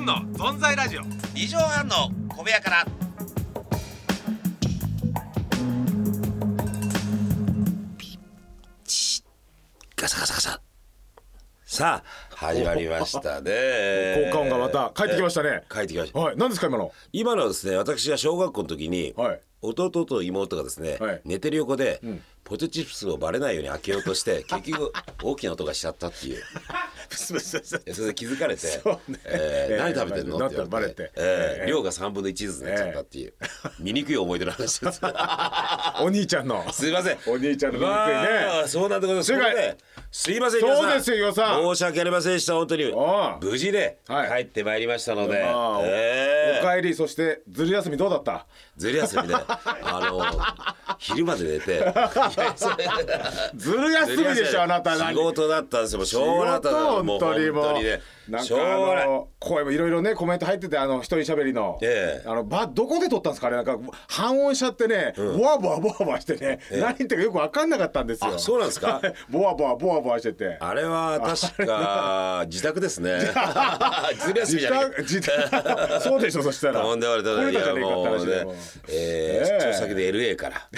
の存在ラジオ二畳半の小部屋からガサガサガサさあ始まりましたね効果音がまた帰ってきましたね。帰ってきましたはい、何ですか今の。今のはですね私が小学校の時に、 はい弟と妹がですね、はい寝てる横で、ポテチチップスをバレないように開けようとして結局大きな音がしちゃったっていうえそれで気づかれて「 そうねえーえー何食べてんの?」なっってて言われてバレてえーえー量が3分の1ずつになっちゃったっていう、醜い思い出の話 ですお兄ちゃんの。すいませんお兄ちゃんの醜いねまあそうなんでございます正解これですいません皆さんそうですよ皆さん申し訳ありませんでした本当にああ無事では帰いってまいりましたので、ああえおー帰りそしてずる休みどうだった？ずる休みであの昼まで寝ていやそれずる 休みでしょあなた。仕事だったんですよもうしょうがなかった仕事本当にもう本当にねなんしょうがかあないの声もいろいろねコメント入っててあの一人喋りの、ええあのばどこで撮ったんですかあれなんか半音しちゃってね、ボワボワボワボワしてね、何言ってるかよく分かんなかったんですよあそうなんですか ボワボワボワボワしててあれは確か自宅です ね ずる休み時じゃない間時間そうでしょそしたら頼んで言われた来られたじゃねえかっても話うでねもうえーええ出張先で LA から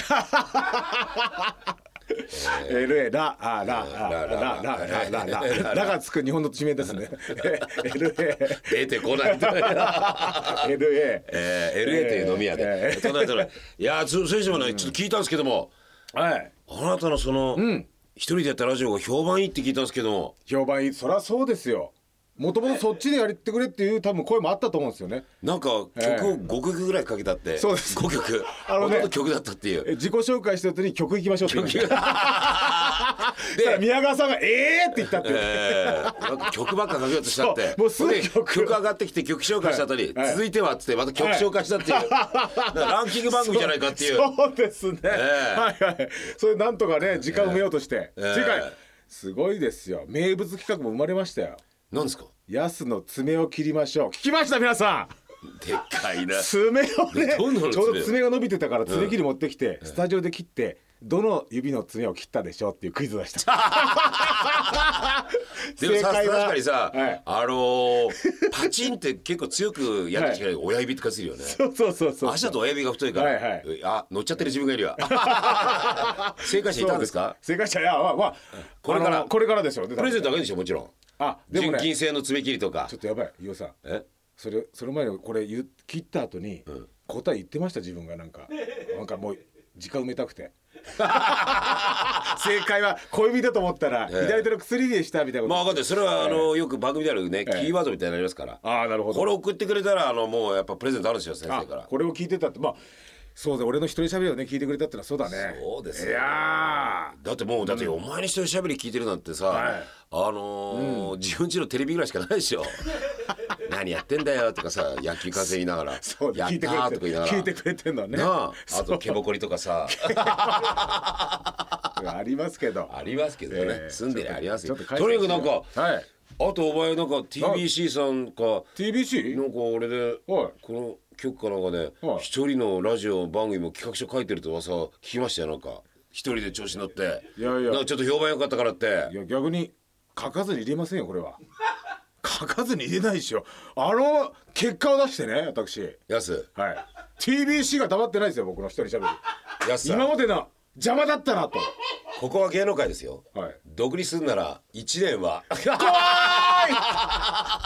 LA ラあラララララララララがつく日本の地名ですね LA 出てこ ないと LA えー LA という飲み屋えでえ隣隣いやつ先生もねちょっと聞いたんですけどもはいあなたのその一人でやったラジオが評判いいって聞いたんですけども評判いいそりゃそうですよもともとそっちでやってくれっていう多分声もあったと思うんですよねなんか曲を5曲ぐらいかけたってそうです5曲あのほねとんど曲だったっていうえ自己紹介した後に曲行きましょうって言い曲ましたそしたら宮川さんが「えー!」って言ったっていう、えーなんか曲ばっかかけようとしちゃってそうもうすぐで曲曲上がってきて曲紹介した後に、はいはい続いてはっつってまた曲紹介したっていう、だからランキング番組じゃないかっていうそうですね、えはいはいそれなんとかね時間埋めようとして、ええ次回すごいですよ名物企画も生まれましたよなんですかヤスの爪を切りましょう聞きました皆さんでっかいな爪をねどんなの爪ちょうど爪が伸びてたから爪切り持ってきて、スタジオで切ってどの指の爪を切ったでしょうっていうクイズ出した でもさ正解確はかにさ、はいあのーパチンって結構強くやるしかない、親指とかするよねそうそうそうそう足だと親指が太いから、はいはいあ乗っちゃってる自分がいる わ正解者いたんですか正解者いやまあまあこれからあのこれからでしょうねプレゼントあげるでしょもちろんあでも純金ね製の爪切りとかちょっとやばい伊尾さんえそれその前にこれ言う切った後に、答え言ってました自分がなんかなんかもう時間埋めたくて正解は小指だと思ったら、え左手の薬指でしたみたいなことまあ分かってるそれはあええのよく番組であるね、ええキーワードみたいになりますからああなるほどこれ送ってくれたらあのもうやっぱプレゼントあるんですよ先生からあこれを聞いてたってまあそうだ俺の一人喋りをね聞いてくれたってのはそうだねそうですいよやだってもうだってお前に一人喋り聞いてるなんてさ、はいあのー自分家のテレビぐらいしかないでし ょ何やってんだよとかさ野球観戦言いながら「ーそうやだった聞いてくれー」とか言いてながら聞いてくれてんだねなああと毛ぼこりとか さありますけどありますけどね、ええ住んでりゃありますよちとょにっかくとちょっと書いてなんか、はいあとお前なんか TBC さんか TBC? なんか俺ではこいの曲かなんかねはい一人のラジオ番組も企画書書いてると噂聞きましたよなんか一人で調子乗っていやいやなんかちょっと評判良かったからっいてや逆に書かずに入れませんよこれは書かずに入れないでしょあの結果を出してね私やすはい TBC が黙ってないですよ僕の一人喋りやすさん今までの邪魔だったなとここは芸能界ですよはい独立するなら一年 は怖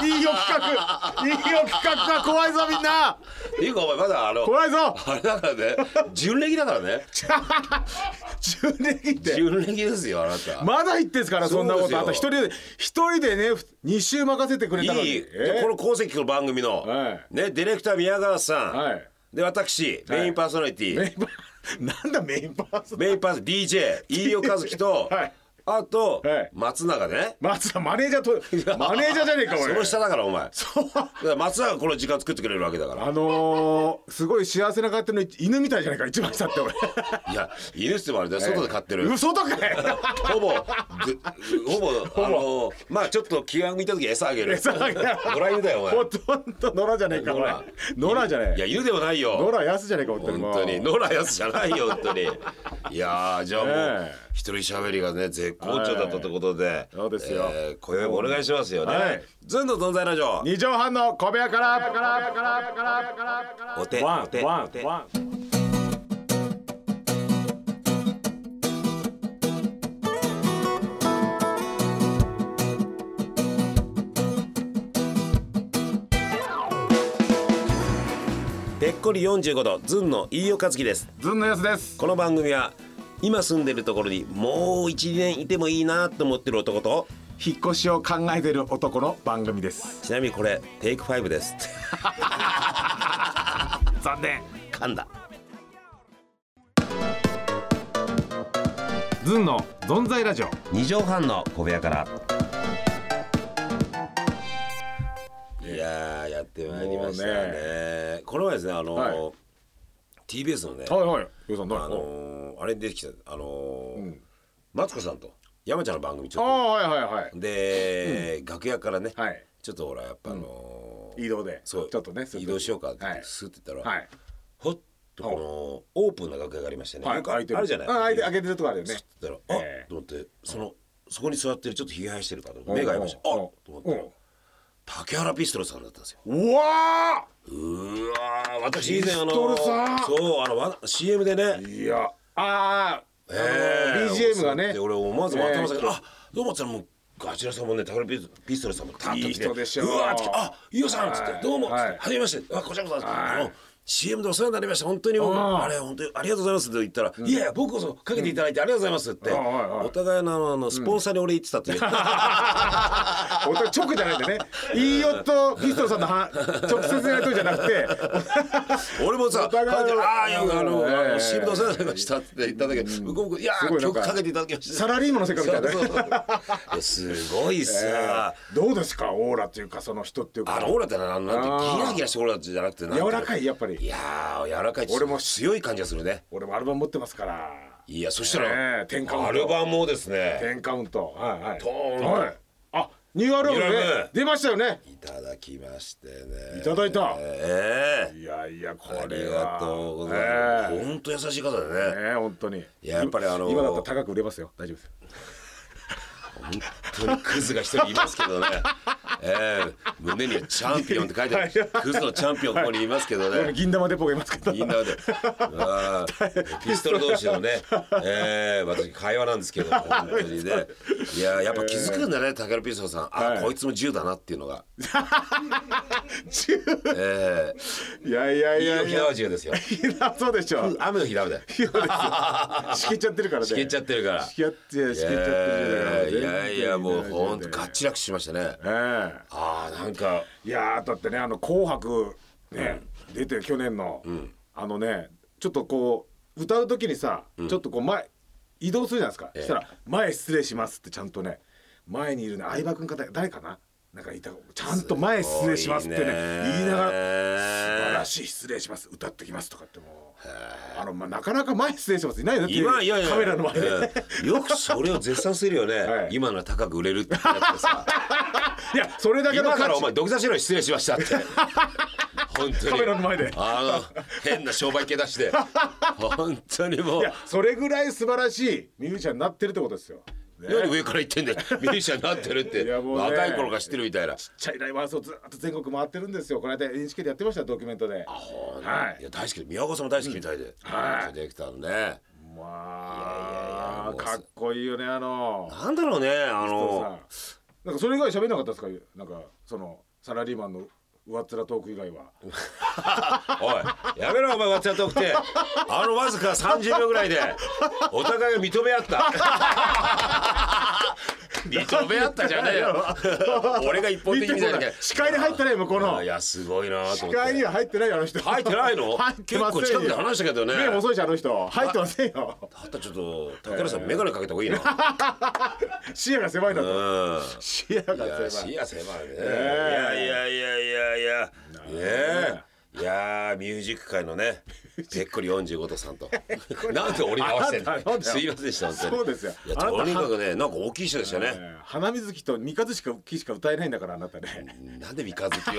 いいいよ企画いいよ企画が怖いぞみんなっていうかお前まだあの怖いぞあれだからね純歴だからね10年って純歴ですよあなたまだ言ってんすからそんなそうこですよとあと一人で一人でね2週任せてくれたのにいい、えこの功績の番組の、はいねディレクター宮川さん、はいで私メインパーソナリティ、メインパーなんだメインパーソナリティメインパーソナリティ DJ 飯尾和樹と、 はいあと、はい松永ね松田マネージャーとマネージャーじゃねえかそ俺の下だからお前だかそうら松永がこの時間作ってくれるわけだ からあのー、すごい幸せな家庭の犬みたいじゃないか一番下って俺いや犬っつってもあれだよ外で飼ってる、嘘とかいほぼ ずほぼあのーまあちょっと気が向いた時餌あげる餌あげるごら犬だよお前ほとんど野良じゃねえかお前野良じゃねいえや犬でもないよ野良安じゃねえか本当本にもう当に野良やつじゃないよ本当にいやーじゃあもう、ええ一人喋りがね絶好調だったということで、そうですよえー今宵もお願いしますよね、はいずんと存在ラジオ二畳半の小部屋からお手ワお手ンワお手ンワンぺっこり45度ずんの飯尾和樹ですずんのやすですこの番組は今住んでるところにもう1年いてもいいなと思ってる男と引っ越しを考えてる男の番組ですちなみにこれテイク5です 残念噛んだずんの存在ラジオ2畳半の小部屋からいやーやってまいりましたねもこの前ですねあの、はい TBS のね、はいはいゆうさんどあうぞのーあれに出てきたあのーうんマツコさんと山ちゃんの番組ちあょっあはいはいはいとで、楽屋からね、はいちょっとほらやっぱあのー移動でそうちょっとね移動しようかってはいスッて言ったら、はいほっとこのオープンな楽屋がありましてね、はいよくあるじゃないうん開いて開けてるとこあるよねだから、あええと思ってそのそこに座ってるちょっとひげ生やしてるから目が合いましたあうんと思ったらうん竹原ピストルさんだったんですようわうーわー私以前あのピストルさんそうあのわ CM でねーいやあーあえのえ BGM がねで俺思わずもう頭下げて、ええあどうもっつったらもうガチラさんもねタグルピストルさんもタッと来ていい人でしょうわーって来てあ伊代さんっつって、はいどうもっつってはいはじめましてあこちらこそはいあの CM でお世話になりました本当にもううんあれ本当にありがとうございますって言ったら、いやいや僕こそかけていただいてありがとうございますって、うんはいはいお互いのあのあのスポンサーに俺言ってたっていう、 お互い直じゃないんでね 飯尾とピストルさんのは直接やりとりじゃな くて俺もさ「お互いかけてああよくあの、うんあの CM 出されました」って言ったんだけど、向こうも「いやすごーいなん曲かかけていただきました」サラリーマンの世界みたいなねそうそうそういやすごい さ、どうですかオーラっていうかその人っていうかあのオーラってななんてあーギラギラしてオーラじゃなくてなんていうの柔らかいやっぱりいやー柔らかい俺も強い感じがするね俺もアルバム持ってますからいやそしたら、ねえ天下無双アルバムもですね10カウントはいはいトーンとはいあニューアルバムニュねーアルバム出ましたよねいただきましてねいただいたええいやいやこありれがはとうございます、ねほんと優しい方だえねねえ本当にいややっぱりあの今だったら高く売れますよ大丈夫です本当にクズが一人いますけどねええ胸にはチャンピオンって書いてあるはいクズのチャンピオンここにいますけどね、俺銀玉デポがいますけどみんな で、あーピストル同士のね、えー、私会話なんですけど、本当にね。いやー、やっぱ気づくんだね、タケルピストルさん、あ、はいこいつも銃だなっていうのが。えいやいやえいいいやよ、いひやだわ銃ですよ。いやそうでしょ雨の日だわだよ。いやですよしけちゃってるからねしけちゃってるからしけちゃってしけちゃってるえーいやいや、もう、ほ本ん当ガッチラくしましたね。ええああ、なんか、いやーだってねあの「紅白ね」出て去年の、あのねちょっとこう歌う時にさ、ちょっとこう前移動するじゃないですか、そしたら「前失礼します」ってちゃんとね前にいるね相葉君か誰誰かななんかいたちゃんと「前失礼します」ってすねごいね言いながら「素晴らしい失礼します歌ってきます」とかってもうあの、まあ、なかなか「前失礼します」いないよね今、いやいや、カメラの前で、うんよくそれを絶賛するよね。 はい今のは高く売れるってやつ さ。いやそれだけの今価から値お前土下座しろよ失礼しましたって 本当にカメラの前であの変な商売系出して本当にもいうやそれぐらい素晴らしいミュージシャンになってるってことですよ。ね何上から言ってんだよミュージシャンになってるっていやもうね若い頃から知ってるみたいなちっちゃいライブハウスをずっと全国回ってるんですよ。この間 NHK でやってましたドキュメントで。はいいや大好き宮川さんも大好きみたいで、はいディレクターのねまいあやいやいやもうかっこいいよねあの。なんだろうねあのさなんかそれ以外喋んなかったですか。なんかそのサラリーマンの上っ面トーク以外は。おいやめろお前松屋トークってあのわずか30秒ぐらいでお互いを認め合った 認め合ったじゃねえよ 俺が一方的にじゃなきゃ視界に入ってない向こうのあ。いやすごいなと視思っ界にては入ってないよあの人。入ってないの 入って結ませ構んよ近くで話したけどね目細いしあの人入ってませんよ。あったちょっと竹原さん眼鏡かけた方 がいいな視野が狭いなうと。ん視野いやが狭い。視野狭いねいえやいやいやいやいやねえいやーミュージック界のねぺっこり45度さんとなんで俺に合わせてんあなたののすいませんでした本当にそうですよいやあなたとにかくねなんか大きい人でしたね、えー花水木と三日月しか木しか歌えないんだからあなたねなんで三日月を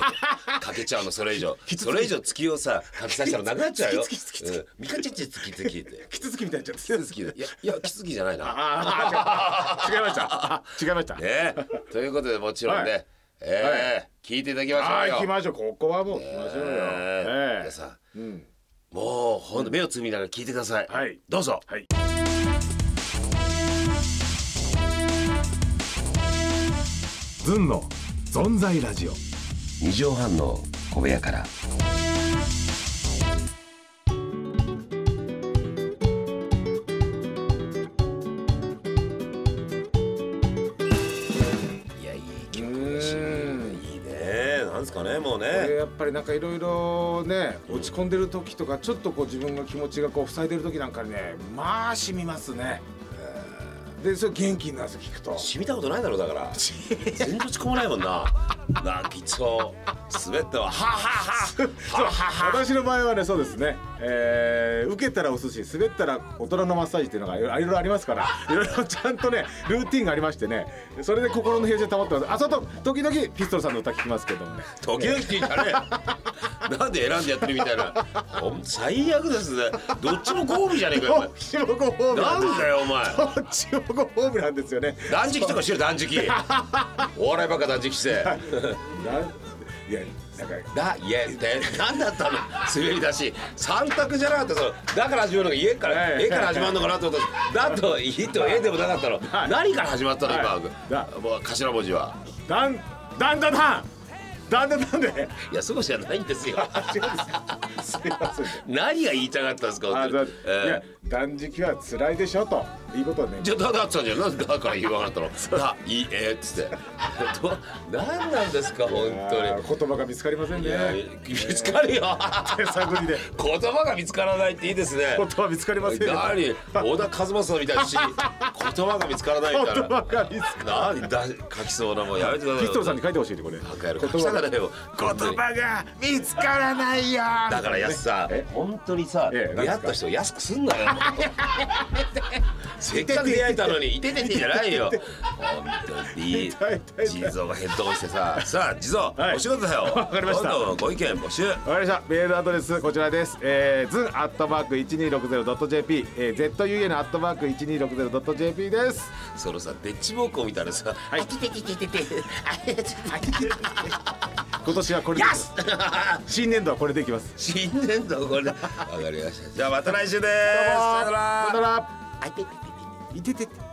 かけちゃうのそれ以上それ以上月をさかけさせたらなくなっちゃうよ月月月月うん三日月月月ってキツツキみたいになっちゃって月いやいや月月じゃないなああ違う違いました違いましたねということでもちろんね、はえー聞いていただきましょうよああ行きましょうここはもう行きましょうよえーえ皆えさんうんもうほんと目をつみながら聞いてください、はいどうぞはいズンの存在ラジオ二畳半の小部屋からいやいい曲だしいいねなんですかねもうこれねやっぱりなんかいろいろね落ち込んでる時とかちょっとこう自分の気持ちがこう塞いでる時なんかにねまあしみますねでそれ元気になるんですよ聞くと染みたことないだろうだ から全然落ち込まないもんななんかいつも滑ってはははははは私の場合はねそうですね、えー受けたらお寿司滑ったら大人のマッサージっていうのがいろいろありますからいろいろちゃんとねルーティンがありましてねそれで心の平静保ってますあそうと時々ピストルさんの歌聞きますけどもね時々聞いたね なんで選んでやってるみたいなほん最悪ですねどっちもゴールじゃねえかよおど前っちもご褒美なんですだよお前どっちもご褒美なんですよね断食とかしてる断食お笑いばっか断食してなんいやなんかだいやで何だったの滑り出し三択じゃなかったそのだから始まるのが家からはい絵から始まるのかなと思っただと「い」と「え」でもなかったのはい何から始まったのは今いだもう頭文字はだんだんだんだんだんだんだんでいやそうじゃないんです よ違うんですすいませんね何が言いたかったんですかあ本当だに、えいーや断食は辛いでしょということをねじゃあだだってたんじゃんなんでだから言わなかったの「だいいえ」っつってど何なんですか本当あー言葉が見つかりませんにいやね見つかるよ手探りで言葉が見つからないっていいですね言葉見つかりませんね何小田和正みたいだし言葉が見つからない言みたい葉なが見つか何だ書きそうなもんやめてくださいピストルさんに書いてほしいねこれバカ野郎言書き葉たがくないよ言葉が見つからないよだからやすさえ本当にさええ出会った人を安くすんな よせっかく出会えたのにいてててじゃないよ本当に痛い痛い痛い地蔵がヘッドホンしてささあ地蔵はいお仕事だよわかりましたどんどんご意見募集わかりましたメールアドレスこちらですえー、ズンアットマーク 1260.jp、えー、ZUN アットマーク 1260.jp ですそのさでっち奉公みたいなさあいてててててて。あいててて今年はこれでいき ます新年度はこれでいきます新年度これでわかりましたじゃあまた来週ですどうもさよならさよならあいてててて。いててて